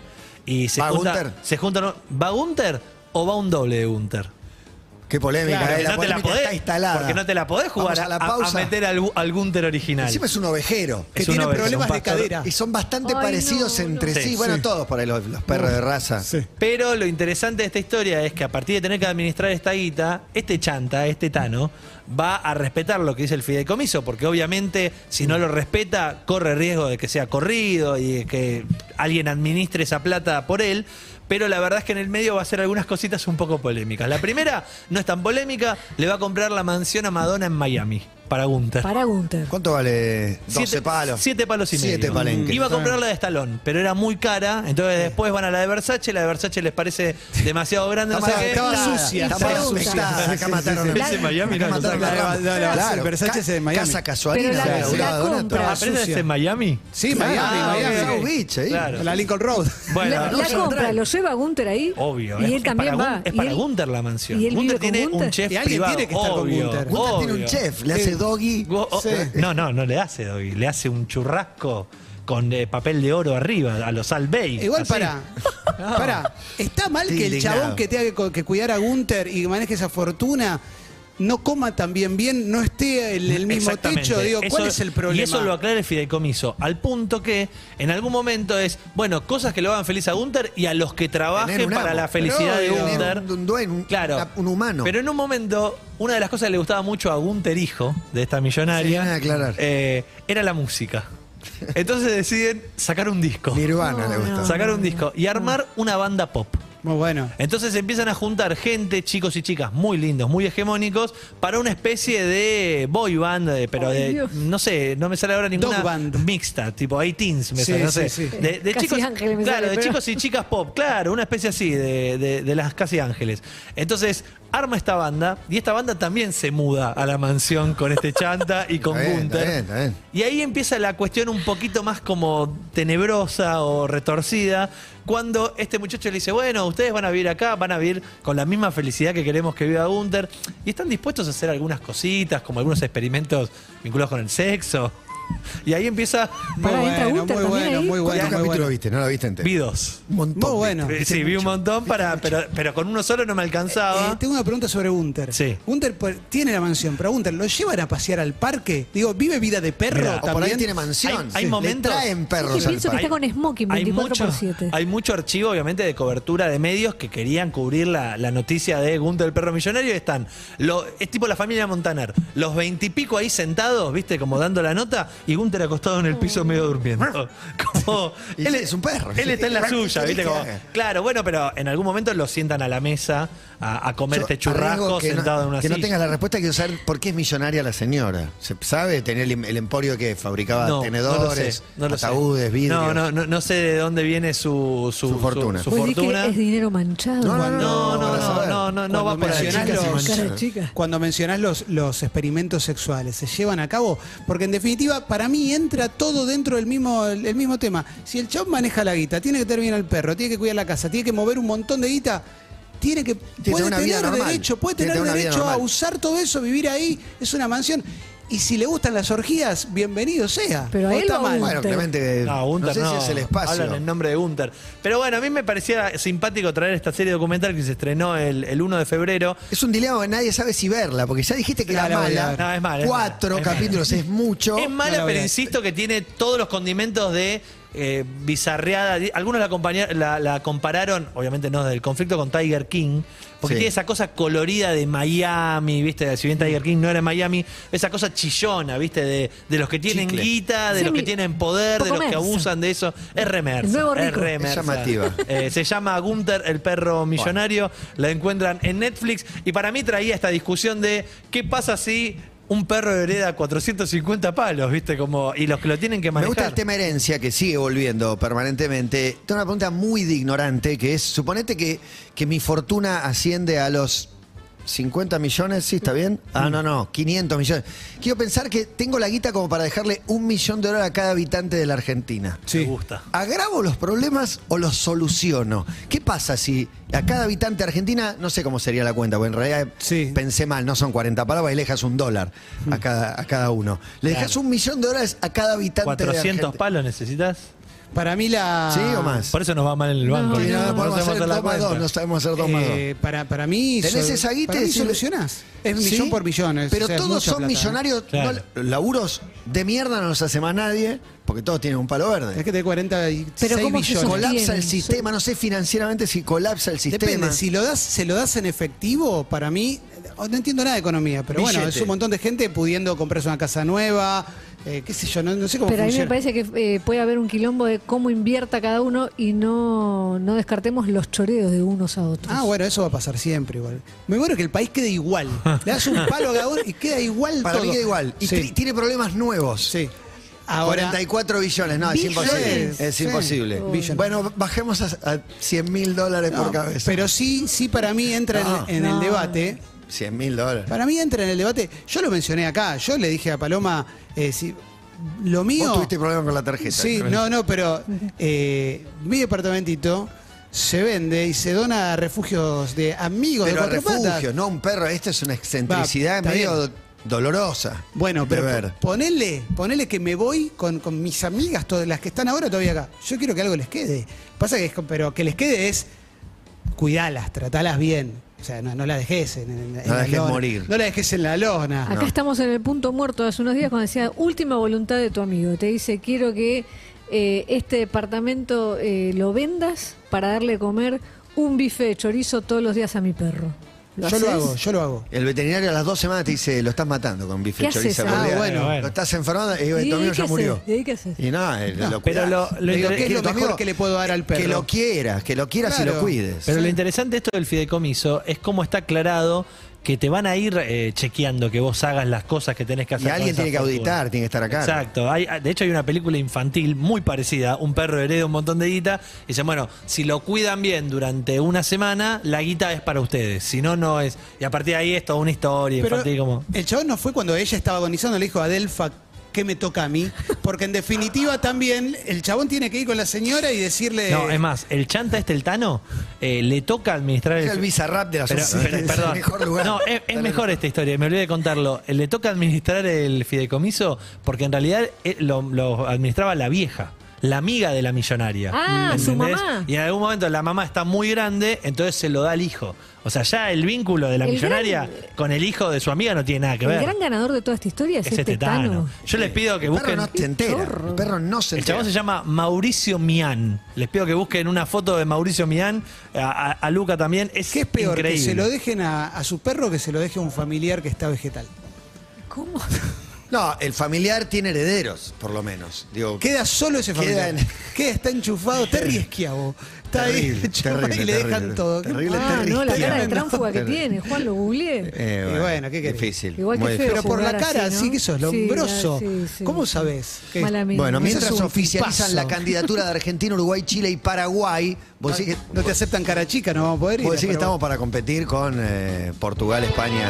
C: y se,
D: ¿Va
C: junta-
D: Gunther?
C: se juntan. ¿Va Gunter o va un doble de Gunter?
D: Qué polémica,
E: Claro,
D: eh,
E: que
D: la polémica está instalada.
C: porque no te la podés jugar
D: Vamos
C: a,
D: a, la
C: a- a
D: pausa.
C: meter al, Gu- al Gunter original.
D: Encima es un ovejero.
E: que
C: es una
E: tiene
C: oveja,
E: problemas
C: un
E: de
C: pastor.
E: cadera.
D: Y son bastante
A: Ay,
D: parecidos
A: no, no.
D: entre sí.
C: Sí,
D: Bueno,
E: sí.
D: todos por ahí, los, los perros de raza.
E: Sí.
C: Pero lo interesante de esta historia es que a partir de tener que administrar esta guita, este chanta, este tano, va a respetar lo que dice el fideicomiso, porque obviamente si no lo respeta, corre riesgo de que sea corrido y de que alguien administre esa plata por él. Pero la verdad es que en el medio va a ser algunas cositas un poco polémicas. La primera no es tan polémica, le va a comprar la mansión a Madonna en Miami, para Gunther.
A: Para Gunter.
D: ¿Cuánto vale? 12 palos.
C: Siete palos y medio.
D: Siete palenques.
C: Iba a comprar la de Stallone, pero era muy cara. Entonces después van a la de Versace. La de Versace les parece demasiado grande. no sé
D: mal-
C: qué.
E: estaba
C: Nada.
E: sucia,
D: Está
A: estaba
D: mal
A: sucia.
D: aspectada,
E: Sí,
D: Acá
E: sí,
D: mataron.
E: sí, sí.
D: acá
C: Ese Miami no,
D: mataron
E: no,
D: a
E: no, no, no,
D: Claro,
E: Versace es de Miami.
D: Casa casualina.
A: Pero la-
D: la-
A: la
D: la-
A: compra.
D: Donato.
C: Ah, pero
E: sucia.
C: es en Miami.
E: Sí,
D: Claro,
E: Miami,
D: ah,
E: Miami.
D: South Beach, ahí.
C: Claro.
E: La Lincoln Road.
C: Bueno,
A: la
D: no,
A: la
D: ya lo
A: compra,
D: traen.
A: lo lleva a Gunter ahí.
C: obvio.
A: Y
C: es,
A: él
C: es
A: también
C: para,
A: va.
C: Gun- Es
A: Y
C: para
A: él-
C: Gunter la mansión.
A: y él
C: Gunter
A: vive con
C: tiene
A: Gunther.
C: un chef
E: Y alguien
C: privado.
E: tiene que estar con
C: obvio,
E: Gunther.
D: Gunther tiene un
C: obvio. eh,
D: chef, le hace doggy.
C: Gu- o-
E: Sí.
C: No, no, no le hace Doggy. Le hace un churrasco con eh, papel de oro arriba, a los Al Bay.
E: Igual
C: así.
E: para, para, está mal
D: Estoy
E: que el
D: indignado.
E: chabón que tenga que, co- que cuidar a Gunther y que maneje esa fortuna no coma tan bien bien, no esté en el mismo
C: Exactamente.
E: techo. Digo, ¿cuál
C: Eso-
E: es el problema?
C: Y eso lo aclara el fideicomiso, al punto que en algún momento es, bueno, cosas que lo hagan feliz a Gunter y a los que
D: Tener
C: trabajen
D: un
C: para
D: amo.
C: la felicidad
E: Pero,
C: de
E: digo,
C: Gunter.
D: un- un dueño, un-
C: claro.
D: una- un humano.
C: Pero en un momento, una de las cosas que le gustaba mucho a Gunter hijo, de esta millonaria,
D: Sí, nada que aclarar.
C: eh, era la música. Entonces deciden sacar un disco.
D: Nirvana le
A: No,
D: gusta.
A: no.
C: Sacar un disco y armar una banda pop.
E: Muy bueno.
C: Entonces empiezan a juntar gente, chicos y chicas muy lindos, muy hegemónicos, para una especie de boy band, eh, pero
A: Ay,
C: de,
A: Dios.
C: no sé, no me sale ahora ninguna
E: Dog band.
C: mixta, tipo hay teens, me
E: Sí,
C: sale, no
E: sí,
C: sé.
E: sí.
C: De, de
A: Casi
C: chicos,
A: Ángeles me
C: claro,
A: sale,
C: de
A: pero-
C: chicos y chicas pop, claro, una especie así de, de- de las casi ángeles. Entonces arma esta banda y esta banda también se muda a la mansión con este chanta y con
D: Está bien, está
C: Gunther.
D: bien, está bien.
C: Y ahí empieza la cuestión un poquito más como tenebrosa o retorcida, cuando este muchacho le dice, bueno, ustedes van a vivir acá, van a vivir con la misma felicidad que queremos que viva Gunther, y están dispuestos a hacer algunas cositas, como algunos experimentos vinculados con el sexo. Y ahí empieza
E: Muy
A: Pará, entra
E: bueno,
A: Gunter
E: muy
A: también
E: bueno,
A: ahí.
E: muy bueno,
D: ¿Cuántos
E: muy
D: capítulos
E: bueno.
D: viste? ¿No lo viste entero?
C: vi dos.
D: Un montón.
E: Muy bueno.
C: Eh, Sí, vi un montón, para, pero, pero con uno solo no me alcanzaba.
E: Eh, tengo una pregunta sobre Gunter.
C: Sí.
E: Gunter pues, tiene la mansión, pero a Gunter, ¿lo llevan a pasear al parque? Digo, ¿vive vida de perro?
C: Mirá,
D: O por ahí
E: también?
D: tiene mansión.
C: Hay- hay
D: Le
C: momentos-
D: traen perros
A: Yo
D: al
A: pienso que
D: parque.
A: está con Smoking 24 por 7.
C: hay mucho archivo, obviamente, de cobertura de medios que querían cubrir la, la noticia de Gunter el perro millonario. y Están, lo- es tipo la familia Montaner, los veintipico ahí sentados, viste, como dando la nota, y Gunter acostado en el
A: Mm.
C: piso medio durmiendo. Como,
D: Y sí, es un perro.
C: Él está en la
D: ¿Qué
C: suya,
D: querés
C: viste,
D: que
C: como,
D: haga?
C: claro, bueno, pero en algún momento lo sientan a la mesa a, a comer
D: Yo
C: este
D: arriesgo
C: churrasco
D: que no-
C: sentado en una
D: Que no
C: silla.
D: tengas la respuesta, quiero saber por qué es millonaria la señora. ¿Se ¿Sabe? Tenía el, el emporio que fabricaba
C: No,
D: tenedores,
C: no lo sé, no lo sé.
D: ataúdes, vidrios.
C: No, no, no, no sé de dónde viene su, su,
D: Su fortuna.
C: su- su
A: Vos decís
C: fortuna.
A: que es dinero manchado.
D: No,
A: Juan.
C: No, no,
D: para
C: no,
D: saber.
C: no, no, no va
E: Cuando
C: por ahí.
E: mencionás
C: Chicas y
E: los-
C: manchas.
A: Cara de chica.
E: Cuando mencionás los, los experimentos sexuales, ¿se llevan a cabo? Porque en definitiva, para mí entra todo dentro del mismo, el mismo tema. Si el chabón maneja la guita, tiene que tener bien al perro, tiene que cuidar la casa, tiene que mover un montón de guita, tiene que
D: que tener
E: puede
D: una vida
E: tener
D: normal.
E: derecho, puede
D: Tiene que tener
E: tener
D: una vida
E: derecho a
D: normal.
E: usar todo eso, vivir ahí, es una mansión. Y si le gustan las orgías, bienvenido sea.
A: Pero a
E: No
A: él
E: está
A: lo
E: mal.
A: gusta.
D: Bueno, Clemente,
C: No,
D: Eh, no,
C: Gunter
D: sé
C: no,
D: si es el
C: Hablan
D: espacio.
C: en nombre de Gunter. Pero bueno, a mí me parecía simpático traer esta serie documental que se estrenó el, el 1 de febrero.
D: Es un dilema que nadie sabe si verla, porque ya dijiste que
E: No,
D: era
E: la voy a
D: mala.
E: ver.
C: No, es mala, es
D: Cuatro
C: mala, es
D: capítulos es mucho.
C: es
E: no
C: mala,
E: la voy
C: pero
E: a-
C: insisto que tiene todos los condimentos de eh, bizarreada. Di- Algunos la, acompaña- la, la compararon, obviamente no del conflicto con Tiger King, porque
D: Sí.
C: tiene esa cosa colorida de Miami, ¿viste? Si bien Tiger King no era en Miami, esa cosa chillona, ¿viste? De, de los que tienen
D: Chicle.
C: guita, de
A: Sí,
C: los que
A: mi-
C: tienen poder, de
A: poco
C: los que
A: mersa.
C: abusan de eso. Es remersa.
A: El nuevo
C: es
A: rico.
C: remersa.
D: Es llamativa.
C: Eh, se llama Gunther, el perro millonario. La encuentran en Netflix. Y para mí traía esta discusión de qué pasa si un perro hereda 450 palos, ¿viste? Como, y los que lo tienen que
D: Me
C: manejar.
D: gusta el tema herencia que sigue volviendo permanentemente. Tengo una pregunta muy de ignorante que es, suponete que, que mi fortuna asciende a los 50 millones, ¿sí está bien? Ah,
C: Mm.
D: no, no, 500 millones. Quiero pensar que tengo la guita como para dejarle un millón de dólares a cada habitante de la Argentina.
C: Me gusta.
D: ¿Agravo los problemas o los soluciono? ¿Qué pasa si a cada habitante de Argentina, no sé cómo sería la cuenta, porque en realidad
E: Sí.
D: pensé mal, no son 40 palabras, y le dejas un dólar a cada, a cada uno. Le dejas un millón de dólares a cada habitante de
C: 400
D: Argentina.
C: palos necesitas.
E: Para mí la.
D: ¿Sí o
E: Ah,
D: más?
C: Por eso nos va mal en el banco.
A: No,
D: Sí,
C: ¿viste?
D: no,
A: no,
D: podemos
C: sabemos
D: hacer
C: la
D: dos más
C: cuenta.
D: dos, no sabemos hacer dos más dos.
E: Eh, para, para mí.
D: Tenés
E: sol-
D: esa guita
E: para
D: y
E: mí
D: decirle-
E: solucionás. Es millón
D: Sí,
E: por millón. es-
D: Pero
E: o sea, es
D: todos
E: mucha
D: son
E: plata, ¿eh?
D: millonarios.
C: Claro.
D: no- laburos de mierda no los hace más nadie, porque todos tienen un palo
E: Es
D: verde.
E: que te 46
A: Pero ¿cómo se
E: billones.
A: sostiene?
D: Colapsa el
A: tienen,
D: sistema, no sé financieramente si colapsa el sistema.
E: Depende, si lo das, se lo das en efectivo, para mí, oh, no entiendo nada de economía, pero bueno,
D: Billete.
E: es un montón de gente pudiendo comprarse una casa nueva, eh, qué sé yo, no, no sé cómo
A: Pero a mí me
E: funciona.
A: parece que eh, puede haber un quilombo de cómo invierta cada uno y no, no descartemos los choreos de unos a otros.
E: Ah, bueno, eso va a pasar siempre igual. Me muero que el país quede igual. Le das un palo a cada uno y queda igual
D: Para
E: todo.
D: mí queda igual. Y
E: Sí,
D: tri- tiene problemas nuevos.
E: sí. Ahora,
D: 44 billones, no, es
A: Billones.
D: imposible. Es
E: Sí. Oh.
D: imposible.
E: Billones.
D: Bueno, bajemos a, a 100 mil dólares
E: no,
D: por cabeza.
E: pero sí, sí para mí entra en-
D: No.
E: en, el
A: No.
E: debate
D: 100 mil dólares.
E: Para mí entra en el debate. Yo lo mencioné acá. Yo le dije a Paloma, eh, si, lo mío.
D: Vos tuviste problemas con la tarjeta.
E: Sí, no, no, pero eh, mi departamentito se vende y se dona a refugios de amigos
D: Pero a
E: de cuatro
D: refugio,
E: patas.
D: no un perro. Esto es una
E: Va,
D: excentricidad
E: está
D: medio
E: bien.
D: do- dolorosa.
E: Bueno,
D: de
E: pero
D: ver.
E: po- ponele, ponele que me voy con, con mis amigas, todas las que están ahora todavía acá. Yo quiero que algo les quede. Pasa que es, con- pero que les quede es cuidalas, tratalas bien. O sea, no, no la dejes en, en- en
D: la dejes
E: lona.
D: morir.
E: No la dejes en la lona.
A: Acá estamos en el punto muerto de hace unos días cuando decía última voluntad de tu amigo. Te dice, quiero que eh, este departamento eh, lo vendas para darle comer un bife de chorizo todos los días a mi perro.
E: Yo
A: haces?
E: lo hago, yo lo hago.
D: El veterinario a las dos semanas te dice, lo estás matando con bife
A: ¿Qué
D: y chorizo.
A: haces?
D: por
E: Ah,
D: día.
E: bueno,
C: bueno.
D: Lo estás enfermando y
A: ¿Y
D: tu amigo
A: qué
D: ya
A: haces?
D: murió.
A: ¿Y ahí qué haces?
D: Y no, eh,
E: No,
D: lo
C: pero
D: cuidás.
C: lo- lo
D: Le digo,
C: inter-
D: ¿qué es lo mejor
E: que le puedo dar al
D: Que
E: perro?
D: lo quieras, que lo quieras y
E: Claro.
D: lo cuides.
C: Pero lo interesante de esto del fideicomiso es cómo está aclarado que te van a ir eh, chequeando que vos hagas las cosas que tenés que hacer.
D: y
C: con
D: alguien
C: esa
D: tiene que
C: fortuna.
D: auditar, tiene que estar acá.
C: Exacto. Hay- ah, de hecho, hay una película infantil muy parecida. Un perro hereda un montón de guita. Y dicen, bueno, si lo cuidan bien durante una semana, la guita es para ustedes. Si no, no es. Y a partir de ahí es toda una historia
E: Pero
C: infantil como...
E: El chabón no fue cuando ella estaba agonizando, le dijo Adelfa, qué me toca a mí. Porque en definitiva también el chabón tiene que ir con la señora y
D: eh,
E: decirle.
C: No, es más, el chanta este, el Tano, eh, le toca administrar
D: Es el Bizarrap de la
C: Pero,
D: sociedad.
C: pero,
D: Es el
C: perdón.
D: mejor lugar.
C: No, es, es
D: Dale,
C: mejor esta historia, me olvidé de contarlo. Le toca administrar el fideicomiso porque en realidad eh, lo, lo administraba la vieja. La amiga de la millonaria.
A: Ah, su mamá.
C: Y en algún momento la mamá está muy grande, entonces se lo da al hijo. O sea, ya el vínculo de la
A: El
C: millonaria con el hijo de su amiga no tiene nada que ver.
A: El gran ganador de toda esta historia es,
C: es este Tano. Yo les pido que
D: El perro
C: busquen.
D: no se entera. El perro no se
C: El
D: entera.
C: chabón se llama Mauricio Mian. Les pido que busquen una foto de Mauricio Mian. A, a- a Luca también. Es
E: ¿Qué es peor?
C: increíble.
E: ¿Que se lo dejen a, a su perro o que se lo deje a un familiar que está vegetal?
A: ¿Cómo?
D: No, el familiar tiene herederos, por lo menos. Digo,
E: Queda solo ese familiar.
D: Queda
E: Queda,
D: en-
E: está enchufado. Terry Esquiavo. Está
D: Terrible,
E: ahí chupa
D: terrible,
E: y le dejan
D: terrible.
E: todo.
D: Terrible,
E: Ah,
A: Ah,
D: terrible.
A: no, la cara de
E: Tremendo.
A: tránfuga que tiene. Juan, lo googleé.
D: Eh,
E: Y bueno, ¿qué querés?
D: Difícil.
A: Igual que
D: muy
A: feo.
D: difícil.
E: Pero por la
A: jugar
E: cara,
A: así,
E: sí,
A: ¿no?
E: que sos
A: Sí, la-
E: lombroso.
A: sí, sí.
E: ¿Cómo sabés? que-
A: Mala mía.
D: Bueno,
A: Ese
D: mientras
E: es un
D: oficializan
E: tipazo.
D: la candidatura de Argentina, Uruguay, Chile y Paraguay, vos decís que,
E: No te aceptan cara chica, no vamos a poder ir.
D: vos decís que
E: pero
D: estamos para competir con eh, Portugal, España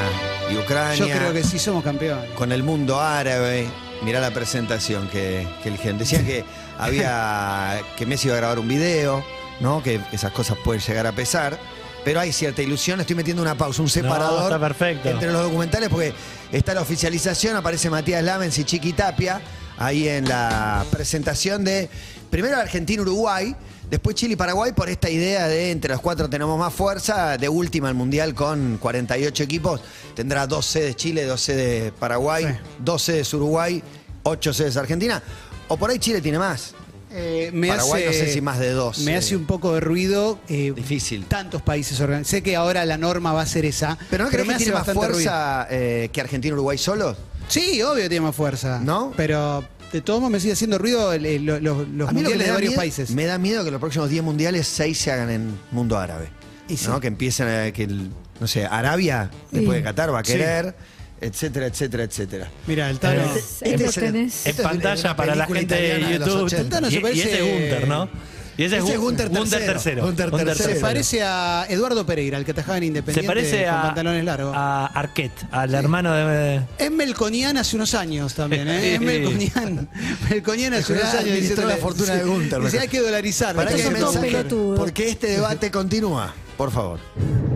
D: y
E: bueno,
D: Ucrania.
E: Yo creo que sí somos campeones.
D: Con el mundo árabe. Mirá la presentación que, que eligieron. Decían que había que Messi iba a grabar un video, ¿no? Que esas cosas pueden llegar a pesar. Pero hay cierta ilusión, estoy metiendo una pausa, un separador
C: está perfecto.
D: entre los documentales porque está la oficialización, aparece Matías Lamens y Chiqui Tapia ahí en la presentación de primero Argentina-Uruguay, después Chile y Paraguay por esta idea de entre los cuatro tenemos más fuerza, de última el Mundial con 48 equipos, tendrá dos sedes Chile, dos sedes Paraguay,
E: Sí.
D: dos sedes Uruguay, ocho sedes Argentina, o por ahí Chile tiene más.
E: Eh, me
D: Paraguay
E: hace,
D: no sé si más de dos,
E: Me
D: eh.
E: hace un poco de ruido. eh,
D: Difícil.
E: Tantos países organizados. Sé que ahora la norma va a ser esa.
D: Pero no crees
E: me
D: que
E: hace
D: tiene más
E: bastante
D: fuerza eh, que Argentina-Uruguay solos?
E: ruido. Sí, obvio tiene más fuerza.
D: ¿No?
E: Pero de todos modos me sigue haciendo ruido el- el- los, los
D: A mí lo que
E: mundiales
D: me
E: de
D: da
E: varios
D: miedo-
E: países.
D: Me da miedo que los próximos 10 mundiales 6 se hagan en mundo árabe.
E: Y sí.
D: ¿no? Que empiecen a, que el- no sé, Arabia, después de Qatar, va a
E: Sí.
D: querer, etcétera, etcétera, etcétera.
E: Mira, el Tano.
C: Eh,
A: Ahí lo
D: el-
A: Este tenés.
C: en
D: esto es
C: pantalla
D: una
C: para la
D: película
C: gente de
D: italiana los
C: YouTube.
D: 80.
E: Tano se
C: y, y
E: parece-
C: ese es Gunter, ¿no? Y ese,
D: Ese es
C: Gun-
D: Gunter tercero.
C: Gunter
D: Gunter tercero.
E: Se
C: tercero.
E: parece a Eduardo Pereira, el que atajaba en Independiente
C: Se parece
E: con
C: a,
E: pantalones largos.
C: a Arquette, al hermano de...
E: Es Melconian hace unos años también, ¿eh? Es
C: Sí.
E: Melconian. Melconian hace unos
D: Jurado
E: años
D: administró la fortuna de Gunter,
E: Dice,
D: mejor.
E: hay que dolarizar.
D: Para
A: Estos
D: que
A: son todos
D: mensaje,
A: pelotudos.
D: porque este debate continúa, por favor.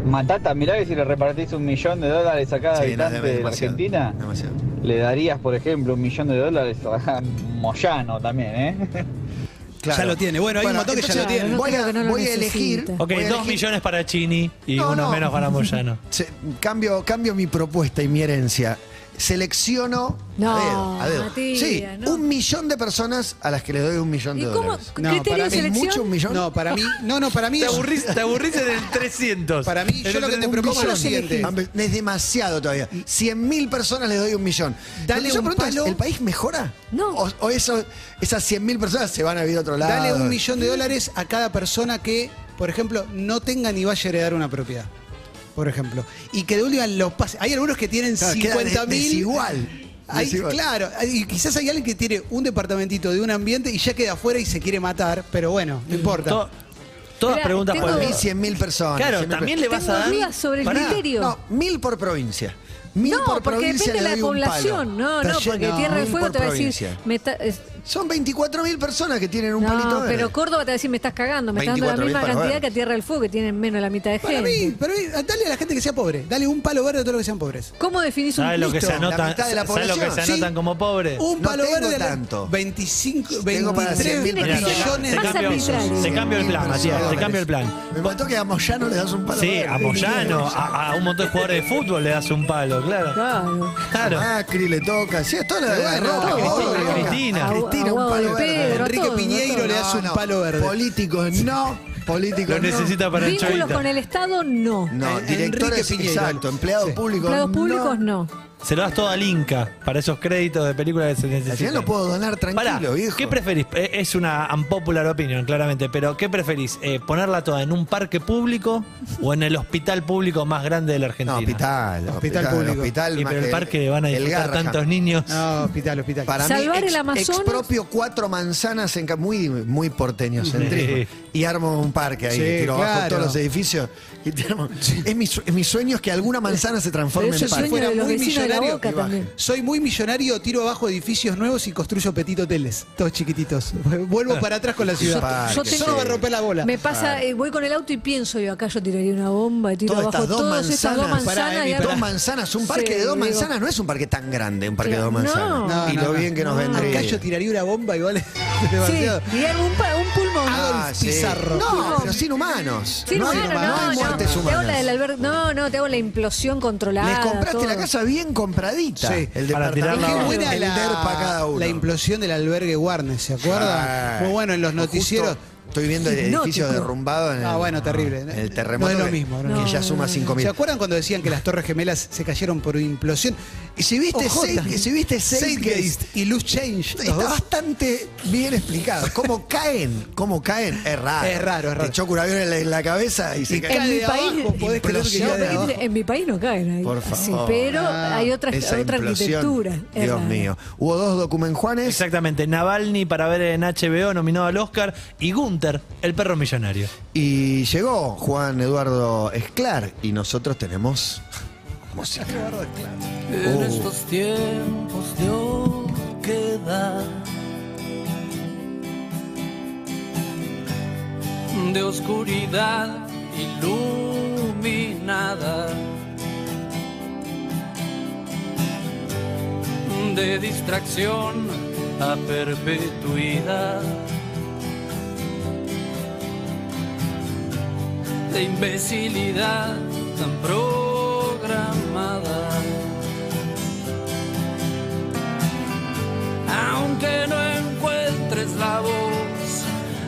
F: Matata, mirá que si le repartís un millón de dólares a cada
D: Sí, no,
F: habitante Ah, de la
D: demasiado,
F: Argentina,
D: demasiado.
F: le darías, por ejemplo, un millón de dólares a Moyano también, ¿eh?
D: Claro.
E: Ya lo tiene. Bueno, hay un montón que ya
D: entonces
A: lo tiene.
D: Voy
A: Claro,
D: a,
A: no creo que no lo
D: voy a elegir.
A: necesita.
C: Ok,
D: voy a
C: dos
D: elegir-
C: millones para Chini y
D: No,
C: uno
D: no.
C: menos para Moyano.
D: Se- cambio, cambio mi propuesta y mi herencia. Selecciono
A: No,
D: a dedo. a dedo.
A: Matías,
D: sí,
A: no.
D: un millón de personas a las que le doy un millón
A: ¿Y
D: de
A: cómo?
D: dólares.
E: No,
A: ¿Criterio
E: para
A: de
E: mí
D: ¿Es
A: selección?
D: mucho un millón?
E: No, para mí, no, no, para mí
C: Te
E: es-
C: aburrís, te aburrís en el 300.
E: Para mí,
C: En
E: yo
C: el
E: lo que te
C: 300.
E: propongo es lo
A: millón.
E: siguiente.
A: Sí.
D: Ambe- Es demasiado todavía. 100 mil personas les doy un millón.
E: Dale
D: Lo que yo
E: un
D: pregunto es,
E: palo.
D: ¿El país mejora?
A: No.
D: ¿O, o eso- esas 100 mil personas se van a vivir a otro lado?
E: Dale un millón de dólares a cada persona que, por ejemplo, no tenga ni vaya a heredar una propiedad. Por ejemplo. Y que de última los pase. Hay algunos que tienen
D: Claro, queda
E: 50
D: des-
E: mil.
D: desigual.
E: Hay-
D: Desigual.
E: claro, hay- y quizás hay alguien que tiene un departamentito de un ambiente y ya queda afuera y se quiere matar, pero bueno, no importa.
C: To- todas
A: Mirá,
C: preguntas
A: tengo-
C: por
D: Para mí 100 mil personas.
C: Claro,
D: 100.000 per-
C: también le vas
A: Tengo
C: a dar...
A: dudas sobre el
C: Pará.
A: criterio.
D: No, mil por provincia. Mil
A: no,
D: por
A: porque
D: provincia
A: depende
D: le
A: de la
D: doy un palo.
A: población. No,
D: Está
A: no, porque
D: lleno,
A: Tierra del
D: mil
A: Fuego
D: por
A: te va a decir.
D: provincia.
A: me está- es-
D: Son 24 mil personas que tienen un palito
A: no,
D: verde.
A: pero Córdoba te va a decir, me estás cagando, me estás dando la
D: 24.000
A: misma
D: para
A: cantidad
D: ver.
A: que a Tierra del Fuego, que tienen menos de la mitad de
E: Para
A: gente.
E: mí, para mí, dale a la gente que sea pobre. Dale un palo verde a todos los que sean pobres.
A: ¿Cómo definís un
C: ¿Sabes lo que
A: listo?
C: se
D: La
C: anotan,
D: mitad de la
C: ¿sabes lo que se
D: población,
E: sí.
C: anotan como pobre?
E: Un
D: No
E: palo
D: tengo
E: verde a la-
D: tanto.
E: 25,
D: Tengo para
E: 23
D: 100.000
C: Mirá, te-
E: millones
C: te,
A: Más
E: de
C: cambio,
A: arbitrario.
C: te cambio el plan,
D: Mil
C: Matías, te
D: personas.
C: cambio el plan.
D: Me mató que a Moyano le das un palo
C: Sí,
D: verde.
C: a Moyano, a, a un montón de jugadores de fútbol le das un palo, claro.
A: Claro.
C: Claro.
D: Macri le toca. Sí, es todo lo de
E: Bueno,
D: Roca,
E: todo,
D: todo lo
E: Cristina,
D: de Roca.
C: Cristina.
D: A Cristina, un
A: Aguado de
D: palo verde.
A: Pedro, a
E: Enrique
A: todo, a
E: Piñeiro
A: todo.
E: le das un palo verde.
D: Políticos no, políticos
C: Lo
D: no.
C: necesita Eh, para el
A: Vínculos
C: chavito.
A: con el Estado, no.
D: No,
E: Enrique
D: directores,
E: Piñeiro.
D: exacto, empleados
E: Sí.
D: públicos
A: Empleados públicos,
D: no.
A: no.
C: Se lo das todo al Inca para esos créditos de películas que se necesitan.
D: Al final lo puedo donar tranquilo,
C: Pará,
D: viejo.
C: ¿Qué preferís? Eh, Es una unpopular opinion, claramente, pero ¿qué preferís? Eh, ¿Ponerla toda en un parque público o en el hospital público más grande de la Argentina?
D: No, hospital, hospital,
E: público.
D: hospital
C: Y
D: más
C: pero el
D: que
C: parque van a
D: el
C: disfrutar
D: Garrahan.
C: tantos niños.
E: No, hospital, hospital.
D: Para
A: Salvar
D: mí,
A: el Amazonas.
D: propio cuatro manzanas en ca- muy, muy porteño
C: Sí.
D: centrismo. Y armo un parque ahí,
E: Sí,
D: tiro abajo
E: claro.
D: todos los edificios. Y te armo- es, mi, sue- es mi sueño es que alguna manzana se transforme
A: Pero eso
D: en
A: es
D: parque.
A: sueño de los
E: muy
A: vecinos de la la
E: millonario.
A: boca
D: y baje.
A: también.
E: Soy muy millonario, tiro abajo edificios nuevos y construyo petit hoteles, todos chiquititos. Vuelvo para atrás con la ciudad.
D: Parque,
A: yo
E: Eso
A: tengo-
E: no me rompe la bola.
A: Me pasa, eh, voy con el auto y pienso, yo acá yo tiraría una bomba y tiro
D: Todas
A: abajo
D: estas dos
A: todas estas
D: manzanas.
A: dos
D: eh,
A: manzanas.
E: Pará, Emi,
A: y hago-
D: Dos manzanas, un parque
A: Sí,
D: de dos
A: digo,
D: manzanas no es un parque tan grande, un parque de dos
A: Claro,
D: manzanas.
A: no.
E: No,
D: y
E: no,
D: lo
E: no.
D: bien que nos
A: No.
D: vendría.
E: Acá yo tiraría una bomba y vale
A: Sí,
E: demasiado.
A: y hago un, pa- un pulmón.
D: Ah,
E: Adolf
D: sí.
E: Pizarro.
D: No, pero sin humanos.
A: Sí,
D: no, hay
A: bueno,
D: humanos, no hay
A: no, no.
D: muertes
A: Te hago la
D: humanas.
A: del Albert- no, no, te hago la implosión controlada.
D: Les compraste
A: todo.
D: la casa bien compradita.
E: Sí,
D: el
C: para
D: departamento.
C: tirarla
E: Qué
C: abajo.
E: buena
D: el
E: la,
D: DERPA cada uno.
E: la implosión del albergue Warnes, ¿se acuerdan?
D: Ah,
E: Muy bueno, en los
D: justo
E: noticieros.
D: Estoy viendo el edificio
A: Hipnótico.
D: derrumbado en el,
E: Ah, bueno, terrible.
D: en el terremoto.
E: No es lo
D: que-
E: mismo, no es
D: que
E: lo
D: ya suma 5.000.
E: ¿Se acuerdan cuando decían que las Torres Gemelas se cayeron por implosión?
D: Y si viste,
E: Ojota.
D: Zeitge- si viste Zeitgeist,
E: Zeitgeist y Luz Change. los
D: Está
E: dos.
D: bastante bien explicado. ¿Cómo caen? ¿Cómo caen? Es raro.
E: Es raro, es raro.
D: Te choca un avión en la, en la cabeza y se
E: Y
D: cae.
A: En
E: cae
A: mi
E: de abajo,
A: país-
E: podés creer que
D: Implosión.
E: cae de
A: En-
E: abajo.
A: En mi país no caen ahí.
D: Por
A: Sí,
D: favor.
A: pero
E: Ah,
A: hay otra,
D: Esa
A: otra
D: implosión.
A: arquitectura. Es
D: Dios
A: rara.
D: mío. Hubo dos documentuanes.
C: Exactamente, Navalny para ver en HBO nominado al Oscar y Gunther, el perro millonario.
D: Y llegó Juan Eduardo Esclar y nosotros tenemos música.
G: En
D: Oh.
G: estos tiempos de queda de oscuridad iluminada, de distracción a perpetuidad, de imbecilidad tan programada. aunque no encuentres la voz,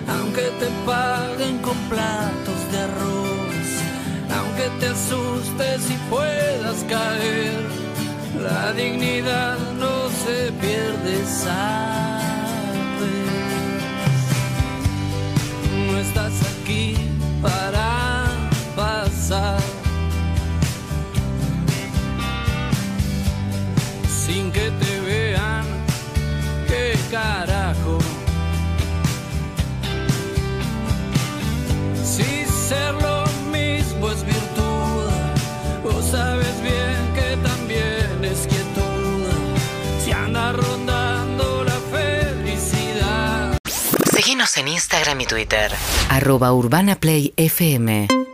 G: aunque te paguen con platos de arroz, aunque te asustes y puedas caer, la dignidad no se pierde, sabes. No estás aquí para pasar. sin que te vean. ¿Qué carajo? Si ser lo mismo es virtud, vos sabes bien que también es quietud. Si anda rondando la felicidad.
H: Seguinos en Instagram y Twitter.
I: arroba urbanaplayfm